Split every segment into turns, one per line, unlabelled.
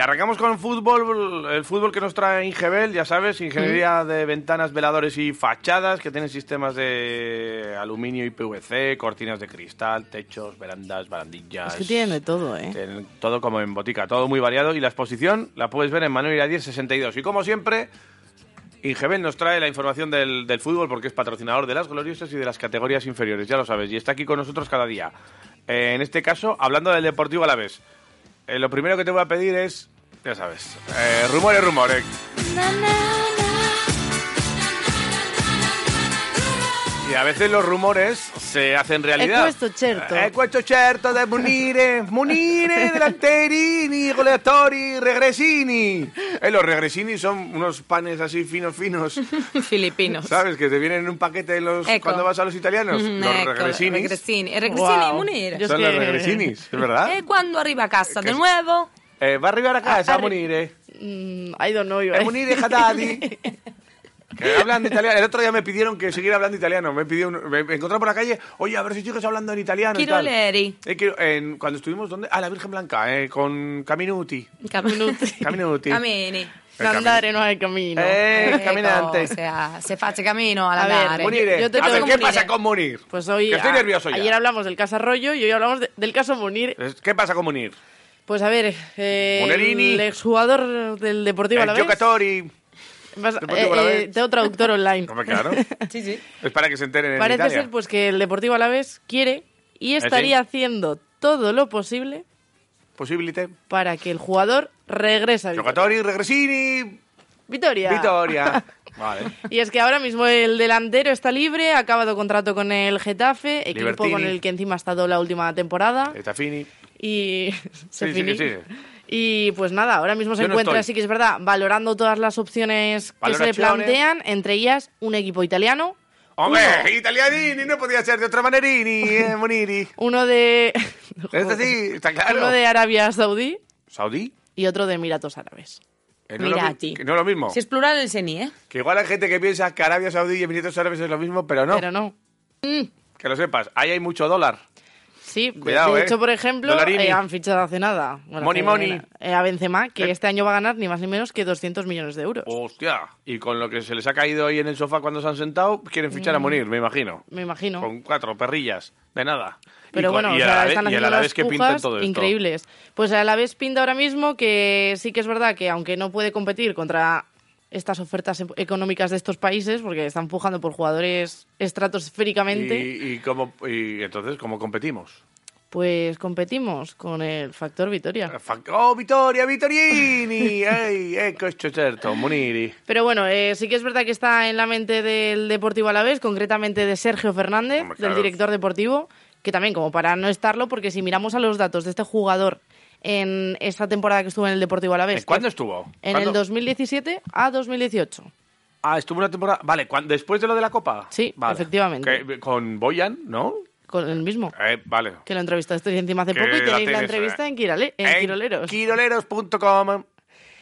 arrancamos con fútbol, el fútbol que nos trae Ingebel, ya sabes, ingeniería de ventanas, veladores y fachadas, que tienen sistemas de aluminio y PVC, cortinas de cristal, techos, verandas, barandillas.
Es que tienen de todo, ¿eh?
Tienen todo como en botica, todo muy variado. Y la exposición la puedes ver en Manuel Iradier 62. Y como siempre, Ingebel nos trae la información del, del fútbol porque es patrocinador de las gloriosas y de las categorías inferiores, ya lo sabes. Y está aquí con nosotros cada día. Eh, en este caso, hablando del Deportivo a la vez. Eh, lo primero que te voy a pedir es, ya sabes, eh, rumores, rumores. Y a veces los rumores se hacen realidad.
È questo certo.
È questo certo de Munire, Munire, delanterini, goleatori, regresini. Eh, los regresini son unos panes así finos, finos.
Filipinos.
¿Sabes? Que te vienen en un paquete en los,
Ecco.
cuando vas a los italianos.
Mm, Eh,
los
ecco,
regresinis.
regresini. Regresini
Wow.
munire.
Yo-
Son los
que- Eh,
regresinis, es verdad.
E quando arriva a casa
Che-
di nuovo?
Eh, va a arribar a casa,
ah, arri-
Munire.
Mm, I don't know. Iba a
Eh,
decir.
Munire, Haddadi. Que hablan italiano. El otro día me pidieron que siguiera hablando italiano. Me, pidió un- me, me encontré por la calle. Oye, a ver si sigues hablando en italiano. y
Quiero
tal".
leeri.
Eh, quiero- en- cuando estuvimos, ¿dónde? Ah, la Virgen Blanca, eh, con Caminuti.
Camini.
Caminuti.
No andare, no hay camino.
Eh,
Ecco,
caminante.
o sea, se face camino al eh.
A ver,
andare.
Munire.
yo te
a ver,
tengo
¿qué
que
pasa
Munire.
con Munir?
Pues hoy.
Que estoy
a-
nervioso ya. Eh.
Ayer hablamos del caso Arroyo y hoy hablamos de- del caso Munir.
Es- ¿Qué pasa con Munir?
Pues a ver, eh,
Munerini.
el exjugador del Deportivo
El
a la vez.
Giocatori. Deportivo Alavés.
eh, tengo traductor online.
Hombre, claro.
Sí, sí.
Es para que se enteren en
Parece
Italia. Eh,
ser pues que el Deportivo Alavés quiere y
sí.
estaría haciendo todo lo posible
Possibility.
para que el jugador regrese a Vitoria.
Giocatori, Regresini,
Vitoria.
Vitoria. Vale.
Y es que ahora mismo el delantero está libre, ha acabado contrato con el Getafe, equipo
Libertini.
con el que encima ha estado la última temporada.
Está Fini.
Y se
Sí, sigue,
finí.
sigue.
Y pues nada, ahora mismo se
Yo no
encuentra,
estoy.
sí que es verdad, valorando todas las opciones que se le
Valoraciones.
plantean, entre ellas un equipo italiano.
Hombre, italianini, no podía ser de otra manerini, eh, Muniri.
Uno, uno de.
Este sí, está claro.
Uno de Arabia Saudí
¿Saudí?
y otro de Emiratos Árabes.
Eh, no es lo mi-
Mirati.
que no es lo mismo.
Si es plural el seni, ¿eh?
Que igual hay gente que piensa que Arabia Saudí y Emiratos Árabes es lo mismo, pero no.
Pero no.
Que lo sepas, ahí hay mucho dólar.
Sí, de-
Cuidado,
de
eh.
hecho, por ejemplo,
Dollarini.
eh, han fichado hace nada.
Money,
que-
money.
eh, a Benzema, que
Eh.
este año va a ganar ni más ni menos que 200 millones de euros.
Hostia. Y con lo que se les ha caído ahí en el sofá cuando se han sentado, quieren fichar a
Mm.
Munir, me imagino.
Me imagino.
Con cuatro perrillas, de nada.
Pero
y con-
bueno,
y
o
a
sea,
la vez-
están
y a
haciendo
la vez
las
que pintan
pujas
todo esto.
increíbles. Pues a la vez pinta ahora mismo que sí que es verdad que aunque no puede competir contra estas ofertas e- económicas de estos países, porque están pujando por jugadores estratosféricamente,
Y, y cómo- y entonces, ¿cómo competimos?
pues competimos con el factor Vitoria.
Fa- ¡Oh, Vittoria, Vittorini! ¡Ey, ecco esto certo, Muniri!
Pero bueno, eh, sí que es verdad que está en la mente del Deportivo Alavés, concretamente de Sergio Fernández,
Hombre, claro.
del director deportivo, que también como para no estarlo, porque si miramos a los datos de este jugador en esta temporada que estuvo en el Deportivo Alavés, que
¿Cuándo estuvo?
En
¿Cuándo?
el 2017 a 2018.
Ah, estuvo una temporada... Vale, ¿cuán- ¿después de lo de la Copa?
Sí,
Vale.
efectivamente.
Que- con Boyan, ¿no?
Con el mismo.
Eh, vale.
Que lo entrevistaste encima hace
Que
poco
la
y tenéis
tienes,
la entrevista
eh.
en, Quirale- en Quiroleros.
Quiroleros.com.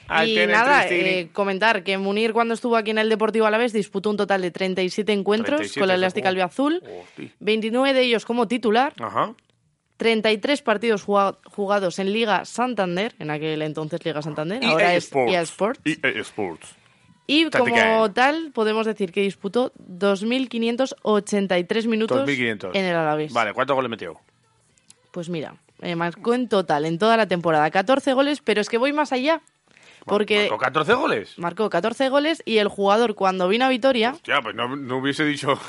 Ahí
y
tienen
nada,
Tristini.
eh, comentar que Munir cuando estuvo aquí en el Deportivo Alavés disputó un total de 37 encuentros
37,
con la Elástica
oh,
Albiazul,
hosti.
29 de ellos como titular,
Ajá.
33 partidos juga- jugados en Liga Santander, en aquel entonces Liga Santander, ahora
EA
es EA Sports,
EA E Sports.
y como
Tática.
tal podemos decir que disputó 2.583 minutos
2.500.
en el Alavés.
Vale, ¿cuántos goles metió?
Pues mira, eh, marcó en total, en toda la temporada, 14 goles, pero es que voy más allá. Porque
¿Con 14 goles?
marcó 14 goles y el jugador cuando vino a Vitoria,
Hostia, pues no, no hubiese dicho... o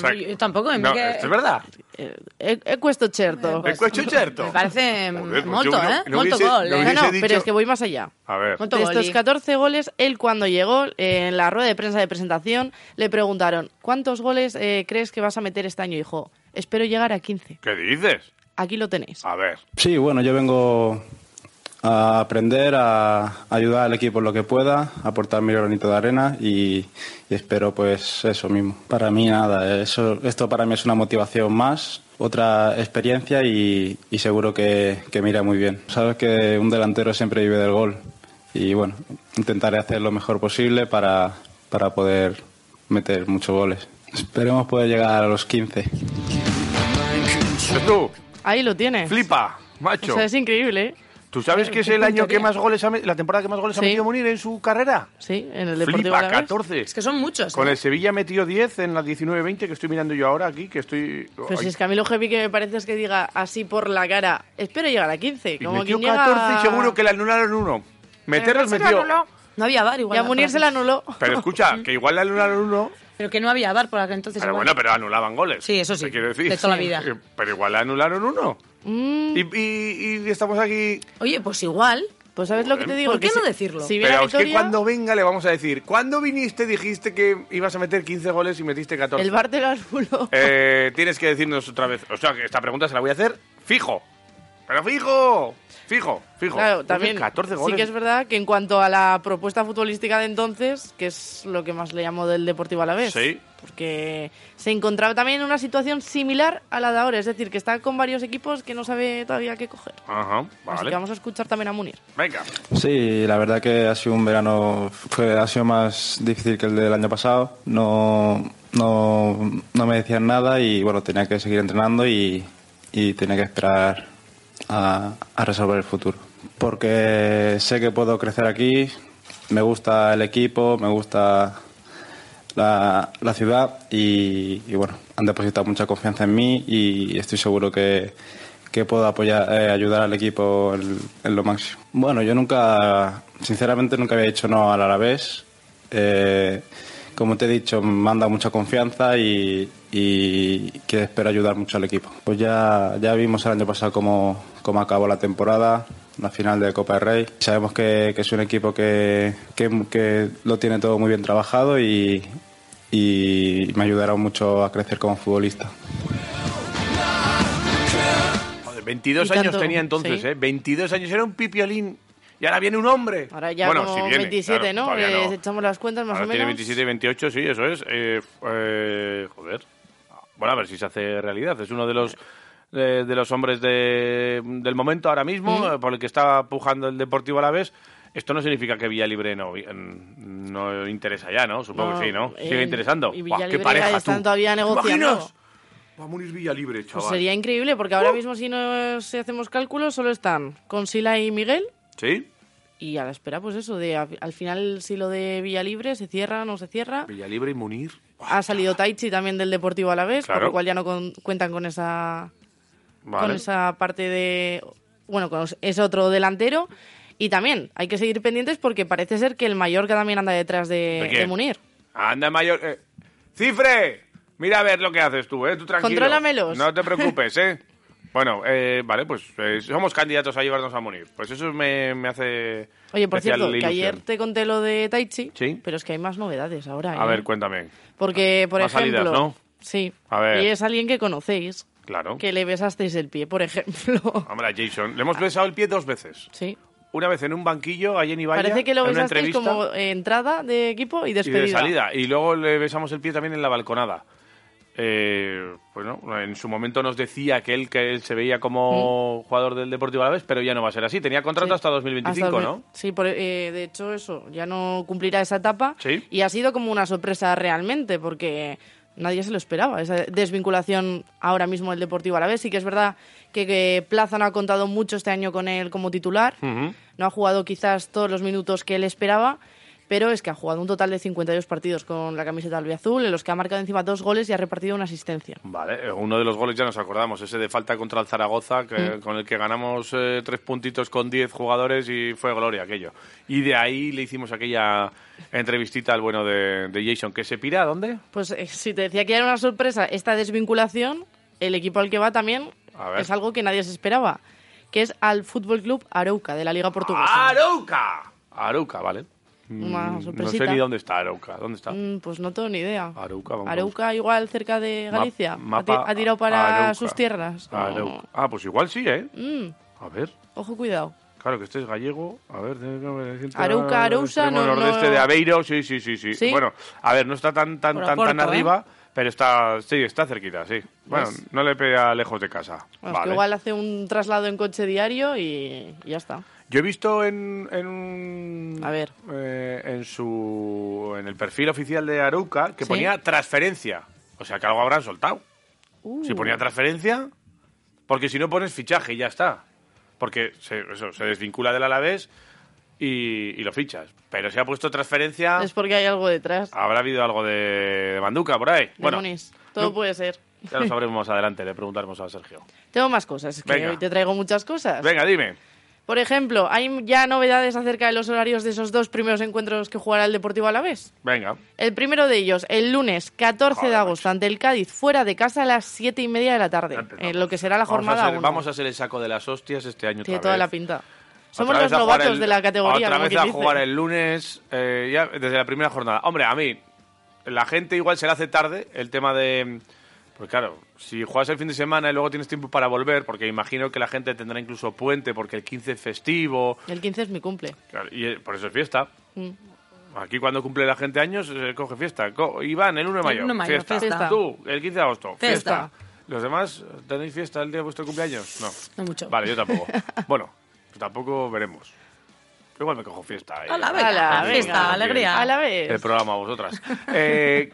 sea,
Yo tampoco,
no,
que-
esto es verdad.
eh, he, he puesto certo.
Es cuecho certo.
Pues, Me parece
Joder, pues
molto,
yo no-
¿eh?
no
molto
hubiese-
gol,
no
eh.
No, no,
dicho-
pero es que voy más allá.
A ver.
Molto
De
goli.
estos 14 goles, él cuando llegó eh, en la rueda de prensa de presentación le preguntaron, ¿cuántos goles eh, crees que vas a meter este año, hijo? Espero llegar a 15.
¿Qué dices?
Aquí lo tenéis.
A ver.
Sí, bueno, yo vengo a aprender, a ayudar al equipo en lo que pueda, a aportar mi granito de arena y, y espero pues eso mismo. Para mí nada, eso, esto para mí es una motivación más, otra experiencia y, y seguro que, que me irá muy bien. Sabes que un delantero siempre vive del gol y bueno, intentaré hacer lo mejor posible para, para poder meter muchos goles. Esperemos poder llegar a los 15.
Pues tú,
Ahí lo tienes.
flipa, macho.
O sea, es increíble. ¿eh?
¿Tú sabes que es el año que más goles ha met- la temporada que más goles ha
Sí.
metido Munir en su carrera?
Sí, en el Deportivo
Flipa,
Alavés.
14.
Es que son muchos.
Con
¿eh?
el Sevilla metió 10 en la 19-20 que estoy mirando yo ahora aquí, que estoy...
Pero
Ay,
si es que a mí lo heavy que me parece es que diga así por la cara, espero llegar a 15.
y
Como
metió
quien llega-
14 y seguro que le anularon uno. Meterlos metió...
No había bar
Y
igual.
a Munir se la anuló.
Pero escucha, que igual le anularon uno,
Pero que no había bar por aquel entonces.
pero
igual.
bueno, pero anulaban goles.
Sí, eso sí,
Te quiero decir.
de toda la vida. Mm.
Eh, Pero igual le anularon uno. Y, y- y estamos aquí...
Oye, pues igual.
Pues ¿sabes lo que te digo?
¿Por qué
Que si-
no decirlo?
Si viene
Pero
la
es que
victoria,
cuando venga le vamos a decir, ¿cuándo viniste dijiste que ibas a meter 15 goles y metiste 14?
el bar te lo anuló.
Eh, tienes que decirnos otra vez. O sea, que esta pregunta se la voy a hacer fijo. Pero fijo, fijo, fijo.
Claro,
Oye,
también.
14
Sí
goles.
que es verdad que en cuanto a la propuesta futbolística de entonces, que es lo que más le llamo del Deportivo a la vez.
Sí.
Porque se encontraba también en una situación similar a la de ahora, es decir, que está con varios equipos que no sabe todavía qué coger.
Ajá,
Así
vale.
que vamos a escuchar también a Munir.
Venga.
Sí, la verdad que ha sido un verano, fue, ha sido más difícil que el del año pasado. No, no, no me decían nada y bueno, tenía que seguir entrenando y, y tenía que esperar a, a resolver el futuro. Porque sé que puedo crecer aquí, me gusta el equipo, me gusta la, la ciudad y, y, bueno, han depositado mucha confianza en mí y estoy seguro que, que puedo apoyar, eh, ayudar al equipo en, en lo máximo. Bueno, yo nunca, sinceramente nunca había dicho no al Alavés. Eh, como te he dicho, me han dado mucha confianza y, y que espero ayudar mucho al equipo. Pues ya, ya vimos el año pasado cómo, cómo acabó la temporada, la final de Copa del Rey. Sabemos que, que es un equipo que, que- que lo tiene todo muy bien trabajado y, y me ayudará mucho a crecer como futbolista.
Joder, 22
Y
años
tanto,
tenía entonces,
sí.
¿eh? 22 años era un pipiolín. Y ahora viene un hombre.
Ahora ya
bueno,
como
si viene,
27,
claro,
¿no? Eh,
todavía
Les echamos las cuentas más
Ahora
o
tiene
menos.
27 y 28, sí, eso es. Eh, f- eh, joder. Bueno, a ver si se hace realidad. Es uno de los de, de los hombres de- del momento ahora mismo, eh, por el que está pujando el Deportivo a la vez. Esto no significa que Villa Libre no, vi- en- no interesa ya, ¿no? Supongo
No,
que sí, ¿no?
eh,
Sigue interesando.
y
Buah, ¡Qué
Villalibre
pareja
están
tú!
todavía
¿Te
negociando.
imaginas? Va a morir Villa Libre, chaval. Uh.
Pues sería increíble, porque ahora mismo si no si hacemos cálculos, solo están con Sila y Miguel.
¿Sí?
Y a la espera, pues eso, de a- al final si lo de Villa Libre se cierra, no se cierra.
Villa Libre y Munir.
Ha salido Taichi también del Deportivo a la vez, por
Claro.
lo cual ya no con- cuentan con esa, con
Vale.
esa parte de. Bueno, con ese otro delantero. Y también hay que seguir pendientes porque parece ser que el Mallorca también anda detrás de,
¿De quién?
de Munir.
Anda, mayor. eh, ¡Cifre! Mira a ver lo que haces tú, ¿eh? Tú tranquilo.
Contrólamelos.
No te preocupes, ¿eh? Bueno, eh, vale, pues eh, somos candidatos a llevarnos a morir. Pues eso me, me hace.
Oye, por
especial
cierto, que
ilusión.
ayer te conté lo de Taichi,
Sí.
pero es que hay más novedades ahora.
A
¿eh?
ver, cuéntame.
Porque, por
Más
ejemplo.
salidas, ¿no?
Sí.
A ver.
Y es alguien que conocéis,
Claro.
que le besasteis el pie, por ejemplo.
Hombre, a Jason. Le hemos besado el pie dos veces.
Sí.
Una vez en un banquillo, a Jenny Valle.
Parece que lo
en una
besasteis
entrevista,
como eh, entrada de equipo y
Y
despedida.
de salida. Y luego le besamos el pie también en la balconada. Eh, bueno, en su momento nos decía que él, que él se veía como jugador del Deportivo Alavés, pero ya no va a ser así. Tenía contrato
¿Mm? Sí.
hasta 2025,
Hasta el-
¿no?
Sí, por- eh, de hecho eso, ya no cumplirá esa etapa.
Sí.
Y ha sido como una sorpresa realmente, porque nadie se lo esperaba, esa desvinculación ahora mismo del Deportivo Alavés. Sí que es verdad que, que Plaza no ha contado mucho este año con él como titular, no ha jugado quizás todos los minutos que él esperaba. Pero es que ha jugado un total de 52 partidos con la camiseta albiazul, en los que ha marcado encima dos goles y ha repartido una asistencia.
Vale, eh, uno de los goles ya nos acordamos, ese de falta contra el Zaragoza, que-
¿Mm?
con el que ganamos eh, tres puntitos con diez jugadores y fue gloria aquello. Y de ahí le hicimos aquella entrevistita al bueno de, de Jason, que se pira, ¿a dónde?
Pues eh, si te decía que era una sorpresa esta desvinculación, el equipo al que va también
A ver.
es algo que nadie se esperaba, que es al Fútbol Club Arauca de la Liga Portuguesa. Mm,
¡Arauca! Arauca, vale.
Una
Mm, No
sorpresita.
sé ni dónde está Arauca, ¿dónde está?
Mm, pues no tengo ni idea.
Arauca, vamos a
Arauca igual cerca de
Ma-
Galicia. Ha
mapa
ti- ha, tirado para
Arauca.
sus tierras.
Arauca. Ah, pues igual sí, ¿eh? A ver.
Oh, ojo, cuidado.
Claro, que este es gallego. A ver, de- de- de-
Arauca, Arousa,
extremo
no- no-
nordeste de Aveiro, sí, sí, sí, sí,
¿Sí?
Bueno, a ver, no está tan tan
Por
tan, tan
Oporto, ¿eh?
arriba, pero está sí, está cerquita, sí. Bueno,
¿Ves?
no le pega lejos de casa.
Bueno, es que
Vale.
igual hace un traslado en coche diario y, y ya está.
Yo he visto en en un-
A ver.
eh, en su en el perfil oficial de Arauca que
Sí.
ponía transferencia. O sea, que algo habrán
Uh.
soltado. Si ponía transferencia, porque si no pones fichaje y ya está. porque se, eso, se desvincula del Alavés y, y lo fichas. Pero si ha puesto transferencia,
Es porque hay algo detrás.
habrá habido algo de, de Manduca por ahí. Bueno,
Demonios. Todo
no-
puede ser.
ya lo sabremos más adelante, le preguntaremos a Sergio.
Tengo más cosas, es que
Venga.
hoy te traigo muchas cosas.
Venga, dime.
Por ejemplo, hay ya novedades acerca de los horarios de esos dos primeros encuentros que jugará el Deportivo Alavés.
Venga.
El primero de ellos, el lunes 14
Joder,
de agosto, ante el Cádiz, fuera de casa a las 7 y media de la tarde,
Ya empezamos.
en Eh, lo que será la
Vamos a,
jornada
hacer,
1.
vamos a hacer el saco de las hostias este año
Tiene
otra
toda
vez.
la pinta. Somos
Otra
los
vez a jugar
novatos
el-
de la categoría.
Otra
como
vez
quien
a
dice.
jugar el lunes, eh, ya desde la primera jornada. Hombre, a mí, la gente igual se le hace tarde el tema de... Pues claro, si juegas el fin de semana y luego tienes tiempo para volver, porque imagino que la gente tendrá incluso puente, porque el 15 es festivo,
El 15 es mi cumple.
claro, y eh, por eso es fiesta.
Mm.
Aquí cuando cumple la gente años, eh, coge fiesta. Co- Iván, el 1 de mayo,
El 1 de mayo,
fiesta.
fiesta.
Tú, el 15 de agosto, fiesta.
Fiesta.
¿Los demás tenéis fiesta el día de vuestro cumpleaños? No.
No mucho.
Vale, yo tampoco. bueno, pues tampoco veremos. Igual me cojo fiesta. eh.
Hola, venga.
Ala,
Aquí,
fiesta,
aquí,
alegría.
A la
El
vez.
programa a vosotras. Eh,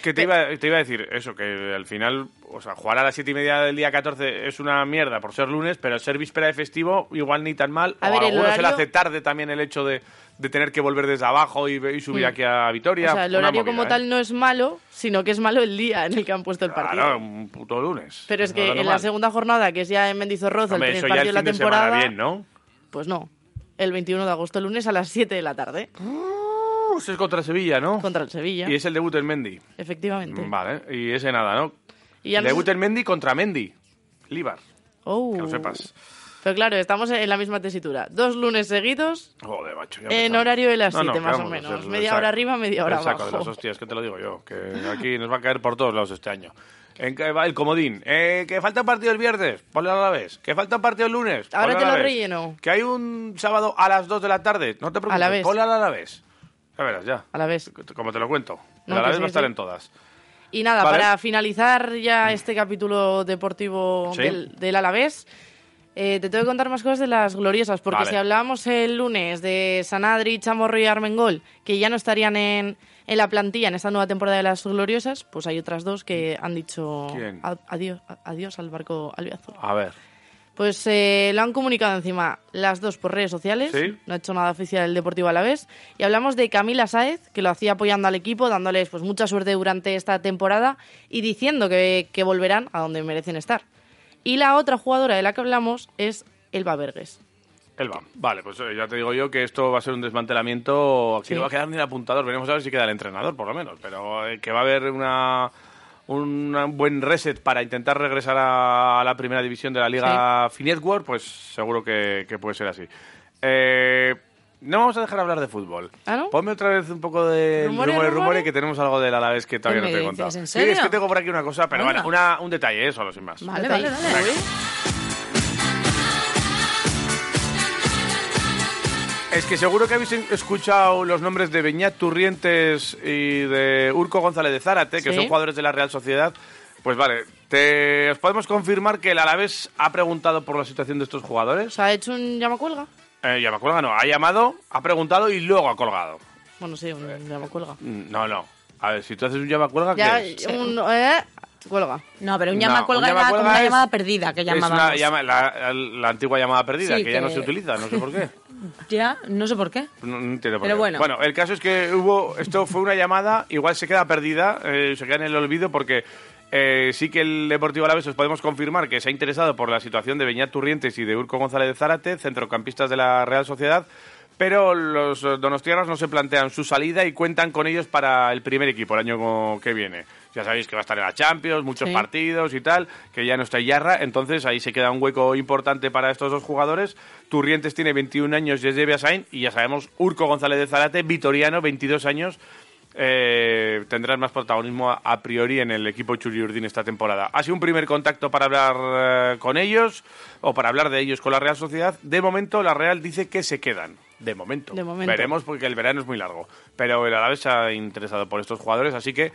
que te iba, te iba a decir eso, que al final, o sea, jugar a las 7 y media del día 14 es una mierda por ser lunes, pero ser víspera de festivo igual ni tan mal.
A
o
ver,
a
el
algunos se le
horario-
hace tarde también el hecho de, de tener que volver desde abajo y, y subir aquí a Vitoria.
Mm. O sea, el
Una
horario
movida,
como
¿eh?
tal no es malo, sino que es malo el día en el que han puesto el partido.
Claro, un puto lunes.
Pero es que
Nada
en la
normal.
segunda jornada, que es ya en Mendizorroz,
Hombre,
el
eso
primer
ya
partido
el
de
fin de
la
semana
temporada,
bien, ¿no?
pues no. El 21 de agosto, lunes a las 7 de la tarde,
Pues es contra Sevilla, ¿no?
contra el Sevilla,
Y es el debut en Mendy.
efectivamente.
Vale, y ese nada, ¿no?
Y ya no
Debut
sé-
en Mendy contra Mendy. Líbar,
Oh.
que lo sepas.
Pero claro, estamos en la misma tesitura. Dos lunes seguidos,
Joder, macho. ya
En
empezamos.
horario de las
No, no,
siete,
que
más o
vamos a
menos.
hacer el
Media
saco-
hora arriba, media hora
el saco de
abajo.
las hostias, que te lo digo yo. Que aquí nos va a caer por todos lados este año. En que va el comodín. Eh, que falta un partido el viernes, ponlo a la vez. Que falta un partido el lunes.
Ahora
ponlo
te
a la
lo
vez.
relleno.
Que hay un sábado a las 2 de la tarde. No te preocupes,
Alavés.
ponlo a la vez. Ya verás, ya.
a la vez.
Como te lo cuento.
No,
a la
que
vez
sí,
va a
que
estar
sí.
en todas.
Y nada,
Vale. Mm.
para finalizar ya este capítulo deportivo
Sí.
del, del Alavés, eh, te tengo que contar más cosas de las gloriosas, porque
Vale.
si hablábamos el lunes de Sanadri, Chamorro y Armengol, que ya no estarían en, en la plantilla en esta nueva temporada de las gloriosas, pues hay otras dos que han dicho
¿Quién?
a- adiós, a- adiós al barco albiazul.
A ver.
Pues eh, lo han comunicado encima las dos por redes sociales.
Sí.
No ha hecho nada oficial el Deportivo Alavés. Y hablamos de Camila Sáez, que lo hacía apoyando al equipo, dándoles pues mucha suerte durante esta temporada y diciendo que, que volverán a donde merecen estar. Y la otra jugadora de la que hablamos es Elba Vergues.
Elba. Vale, pues eh, ya te digo yo que esto va a ser un desmantelamiento. Aquí
Sí.
no va a quedar ni el apuntador. Veremos a ver si queda el entrenador, por lo menos. Pero eh, que va a haber una, una- un buen reset para intentar regresar a, la primera división de la Liga Finetwork, pues seguro que, que puede ser así. Eh, no vamos a dejar hablar de fútbol.
¿Ah, no?
Ponme otra vez un poco de
¿Rumores,
rumores, rumores,
rumores?
que tenemos algo del Alavés que todavía no
me
te he
dices?
contado.
¿En
Sí, es que
serio?
tengo por aquí una cosa, pero
Venga.
bueno, una- un detalle, eh, solo sin más.
Vale, vale,
Detalle.
vale.
Es que seguro que habéis escuchado los nombres de Beñat Turrientes y de Urco González de Zárate, que
Sí.
son jugadores de la Real Sociedad. Pues vale, te, ¿os podemos confirmar que el Alavés ha preguntado por la situación de estos
O
jugadores?
sea, ha hecho un llamacuelga.
Eh, ya me acuerdo, no. Ha llamado, ha preguntado y luego ha colgado.
Bueno, sí, un llamacuelga.
Mm, No, no. A ver, si tú haces un llama cuelga,
Ya,
¿qué es?
un. eh, cuelga.
No, pero un
No,
llama
un
cuelga era
llamacuelga
como una
es-
llamada perdida que
Es
llamaban.
una llama- la, la antigua llamada perdida,
Sí,
que ya no
que-
se utiliza, no sé por qué.
Ya, no sé por qué.
Pues No, no entiendo por
Pero
qué.
bueno.
el caso es que hubo. Esto fue una llamada, igual se queda perdida, eh, se queda en el olvido porque. eh, sí que el Deportivo Alavés os podemos confirmar que se ha interesado por la situación de Beñat Turrientes y de Urco González de Zárate, centrocampistas de la Real Sociedad, pero los eh, donostiarras no se plantean su salida y cuentan con ellos para el primer equipo el año que viene. Ya sabéis que va a estar en la Champions, muchos
Sí.
partidos partidos y tal, que ya no está Yarra, entonces ahí se queda un hueco importante para estos dos jugadores. Turrientes tiene 21 años y es de Beasain, y ya sabemos, Urco González de Zarate, Vitoriano, 22 años, eh, tendrán más protagonismo a, a priori en el equipo Churiurdin esta temporada. Ha sido un primer contacto para hablar eh, con ellos, o para hablar de ellos con la Real Sociedad. De momento, la Real dice que se quedan. De momento.
De momento.
Veremos porque el verano es muy largo. Pero el Alavés se ha interesado por estos jugadores, así que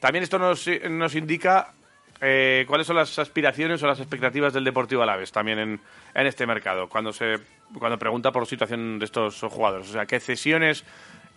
también esto nos, nos indica eh, cuáles son las aspiraciones o las expectativas del Deportivo Alavés también en, en este mercado, cuando se cuando pregunta por situación de estos jugadores. O sea, qué cesiones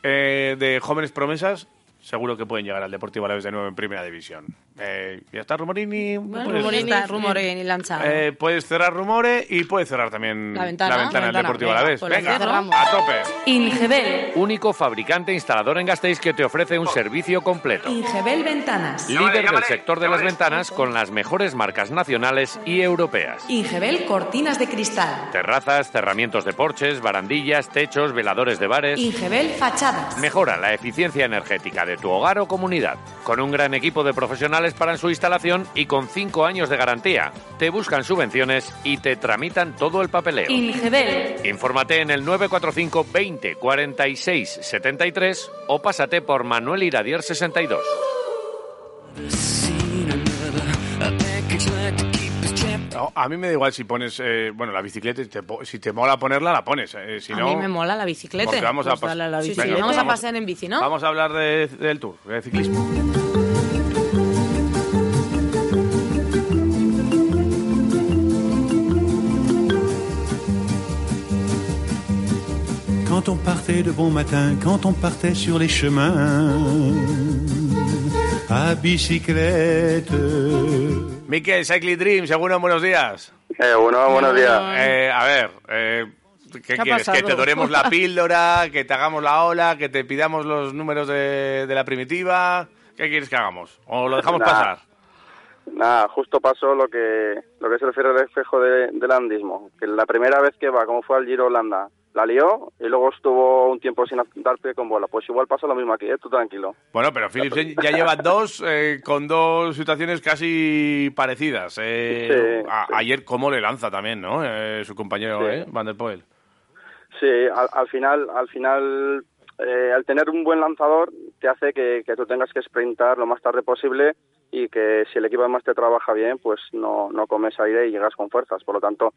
eh, de jóvenes promesas seguro que pueden llegar al Deportivo Alavés de nuevo en Primera División. Eh, ya está Rumorini.
Bueno,
puedes-
Rumorini
eh,
está, Rumorini lanzado.
Eh, puedes cerrar Rumore y puedes cerrar también
La ventana,
del
ventana,
Deportivo
venga,
a la vez.
pues la
Venga,
cerramos.
a tope.
Ingebel.
Único fabricante instalador en Gasteiz que te ofrece un servicio completo.
Ingebel Ventanas.
Líder del sector de las ventanas con las mejores marcas nacionales y europeas.
Ingebel Cortinas de Cristal.
Terrazas, cerramientos de porches, barandillas, techos, veladores de bares.
Ingebel Fachadas.
Mejora la eficiencia energética de tu hogar o comunidad. Con un gran equipo de profesionales para su instalación y con 5 años de garantía. Te buscan subvenciones y te tramitan todo el papeleo.
Ingebel.
Infórmate en el 945 20 46 73 o pásate por Manuel Iradier 62.
No, a mí me da igual si pones, eh, bueno, la bicicleta, y te po- si te mola ponerla, la pones. eh, si
a
no,
mí me mola la bicicleta.
porque vamos a
Pues
pas-
dale a la
Sí, sí,
bicicleta.
venga,
vamos,
vamos.
a pasear en bici, ¿no?
Vamos a hablar de- del Tour, de ciclismo.
Quand on partait de bon matin, quand on partait sur les chemins, à bicyclette.
Miquel, Cycling Dream, seguro, buenos días.
Eh, bueno, buenos días.
Eh, a ver, eh, ¿qué,
ha
quieres? ¿Que
pasado?
te doremos la píldora? ¿Que te hagamos la ola? ¿Que te pidamos los números de, de la primitiva? ¿Qué quieres que hagamos? ¿O lo dejamos
Nah.
pasar?
Nada, justo pasó lo que lo que es el fiel espejo de- del andismo. Que la primera vez que va, como fue al Giro Holanda, la lió y luego estuvo un tiempo sin dar pie con bola. Pues igual pasa lo mismo aquí, ¿eh? tú tranquilo.
Bueno, pero Philips ya lleva dos eh, con dos situaciones casi parecidas. eh.
Sí,
A-
sí.
Ayer cómo le lanza también, ¿no? Eh, su compañero,
Sí.
eh, Van der Poel.
Sí, al, al final, al final, eh, al tener un buen lanzador te hace que, que tú tengas que sprintar lo más tarde posible y que si el equipo además te trabaja bien, pues no, no comes aire y llegas con fuerzas. Por lo tanto,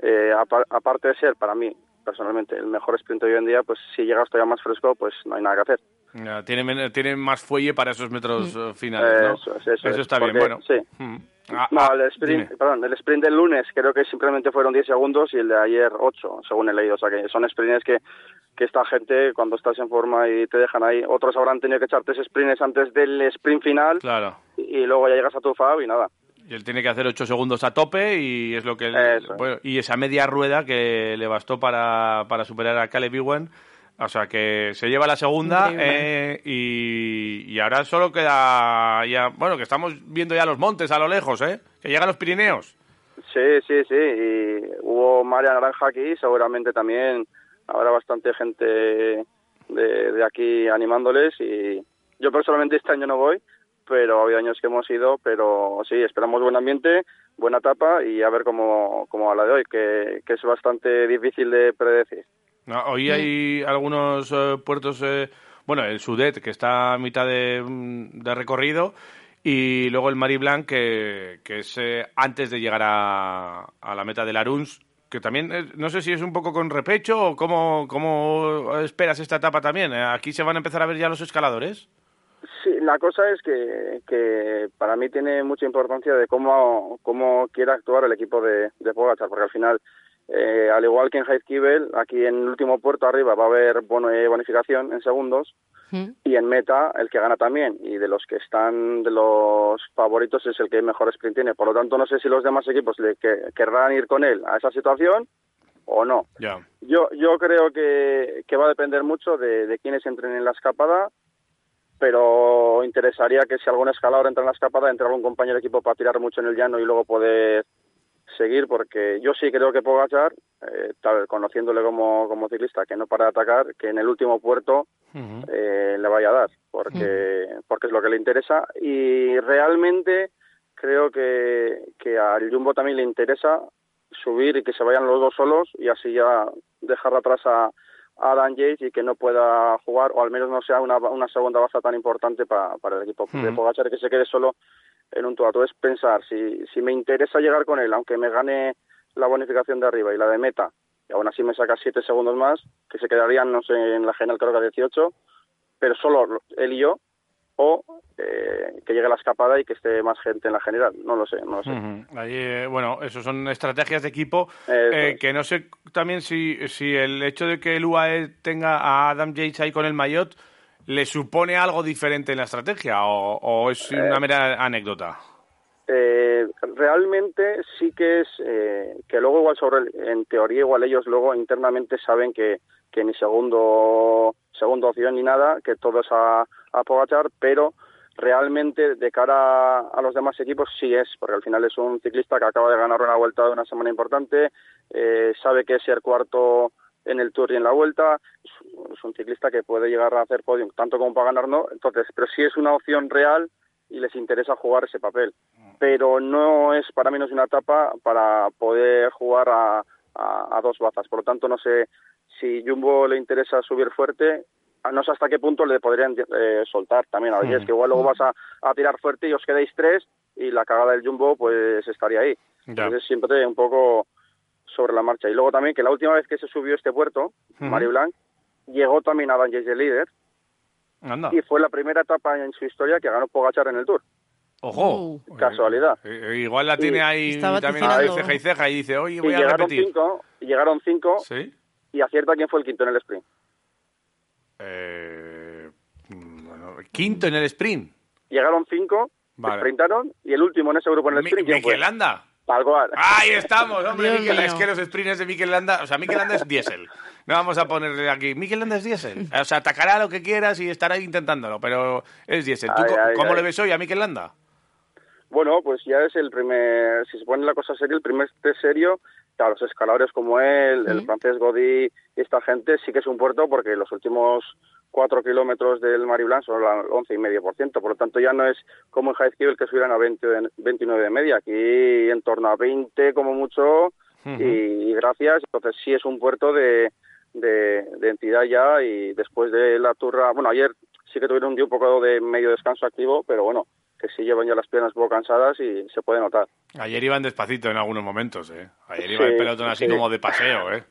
eh, apar- aparte de ser para mí personalmente el mejor sprint de hoy en día, pues si llegas todavía más fresco, pues no hay nada que hacer.
Ya, Tiene, men- tiene más fuelle para esos metros eh, finales, ¿no?
Mm. Eso es, eso es,
está bien,
porque-
bueno.
sí.
Mm. Ah,
No,
ah,
el sprint,
dime.
perdón, el sprint del lunes creo que simplemente fueron 10 segundos y el de ayer 8, según he leído. O sea, que son sprints que, que esta gente, cuando estás en forma y te dejan ahí, otros habrán tenido que echarte sprints antes del sprint final
Claro.
y luego ya llegas a tu FAB y nada.
Y él tiene que hacer ocho segundos a tope y es lo que... él-
Eso es.
bueno, y esa media rueda que le bastó para, para superar a Caleb Ewan. O sea que se lleva la segunda eh, y, y ahora solo queda... ya Bueno, que estamos viendo ya los montes a lo lejos, ¿eh? Que llegan los Pirineos.
Sí, sí, sí. Y hubo María Naranja aquí, seguramente también habrá bastante gente de, de aquí animándoles. Y yo personalmente este año no voy, pero ha habido años que hemos ido. Pero sí, esperamos buen ambiente, buena etapa y a ver cómo, cómo va la de hoy, que, que es bastante difícil de predecir.
No, Ah, Hoy hay algunos eh, puertos, eh, bueno, el Sudet, que está a mitad de, mm, de recorrido, y luego el Mari Blanc, que, que es eh, antes de llegar a, a la meta del Aruns, que también, eh, no sé si es un poco con repecho o cómo, cómo esperas esta etapa también. Eh, Aquí se van a empezar a ver ya los escaladores.
Sí, la cosa es que, que para mí tiene mucha importancia de cómo, cómo quiera actuar el equipo de, de Pogacar, porque al final, eh, al igual que en Heidkibel, aquí en el último puerto arriba va a haber bono- eh, bonificación en segundos
¿Mm?
y en meta el que gana también y de los que están de los favoritos es el que mejor sprint tiene. Por lo tanto, no sé si los demás equipos le que- querrán ir con él a esa situación o no.
Ya.
Yo, yo creo que, que va a depender mucho de, de quiénes entren en la escapada, pero interesaría que si algún escalador entra en la escapada, entre algún compañero de equipo para tirar mucho en el llano y luego poder seguir, porque yo sí creo que Pogachar, eh, tal, conociéndole como, como ciclista, que no para de atacar, que en el último puerto eh, le vaya a dar, porque, porque es lo que le interesa. Y realmente creo que, que al Jumbo también le interesa subir y que se vayan los dos solos y así ya dejar atrás a, a Dan Yates y que no pueda jugar o al menos no sea una, una segunda baza tan importante pa- para el equipo de Pogacar que se quede solo en un todo a todo es pensar si, si me interesa llegar con él aunque me gane la bonificación de arriba y la de meta y aún así me saca siete segundos más que se quedarían no sé en la general creo que a 18 pero solo él y yo o eh, que llegue la escapada y que esté más gente en la general no lo sé no lo sé
Ujú. Ahí, eh, bueno, eso son estrategias de equipo
Eso
eh,
es.
que no sé E también si, si el hecho de que el UAE tenga a Adam Yates ahí con el maillot ¿le supone algo diferente en la estrategia o, o es una mera anécdota?
Eh, realmente sí que es eh, que luego igual sobre el- en teoría igual ellos luego internamente saben que, que ni segundo segunda opción ni nada que todo es a, a Pogachar pero realmente de cara a, a los demás equipos sí es porque al final es un ciclista que acaba de ganar una vuelta de una semana importante eh, sabe que es ser cuarto en el Tour y en la Vuelta. Es un- Es un ciclista que puede llegar a hacer podium, tanto como para ganar, no. Entonces, pero sí es una opción real y les interesa jugar ese papel. Pero no es para menos una etapa para poder jugar a, a- a dos bazas. Por lo tanto, no sé si Jumbo le interesa subir fuerte. a- No sé hasta qué punto le podrían eh, soltar también. Oye, es que igual luego vas a, a tirar fuerte y os quedáis tres y la cagada del Jumbo pues estaría ahí. Entonces siempre un poco sobre la marcha. Y luego también que la última vez que se subió este puerto, Mario Blanc, llegó también Adam Yates de líder
Anda.
y fue la primera etapa en su historia que ganó Pogachar en el Tour.
Ojo.
Uh. Casualidad.
Eh, eh, igual la tiene
Sí.
ahí
Estaba
también
tijerando.
entre ceja y ceja y dice, oye,
Y
voy a
llegaron
repetir.
cinco, llegaron cinco
Sí.
y acierta quién fue el quinto en el sprint.
Eh, mm, bueno, quinto en el sprint.
Llegaron cinco,
Vale.
sprintaron y el último en ese grupo en el
Mi- Ah,
sprint, ¿quién fue?
Mikel Landa.
Tal cual.
Ahí estamos, hombre.
Dios
Mikel,
mío.
es que los sprints de Mikel Landa, o sea, Mikel Landa es diésel. No vamos a ponerle aquí. Mikel Landa es diésel. O sea, atacará lo que quieras y estará intentándolo, pero es diésel. ¿Tú
Ay,
co-
ay,
cómo
ay.
le ves hoy a Mikel Landa?
Bueno, pues ya es el primer, si se pone la cosa seria, el primer test serio, claro, los escaladores como él, el francés Godí y esta gente, sí que es un puerto porque los últimos cuatro kilómetros del Mariblan son al 11,5%, por lo tanto ya no es como en Jaizkibel que subieran a 20, 29 de media, aquí en torno a 20 como mucho y, y gracias, entonces sí es un puerto de, de, de entidad ya y después de la turra, bueno, ayer sí que tuvieron un día un poco de medio descanso activo, pero bueno, que sí llevan ya las piernas un poco cansadas y se puede notar.
Ayer iban despacito en algunos momentos, ¿eh? Ayer iba
Sí,
el pelotón así
sí.
como de paseo, ¿eh?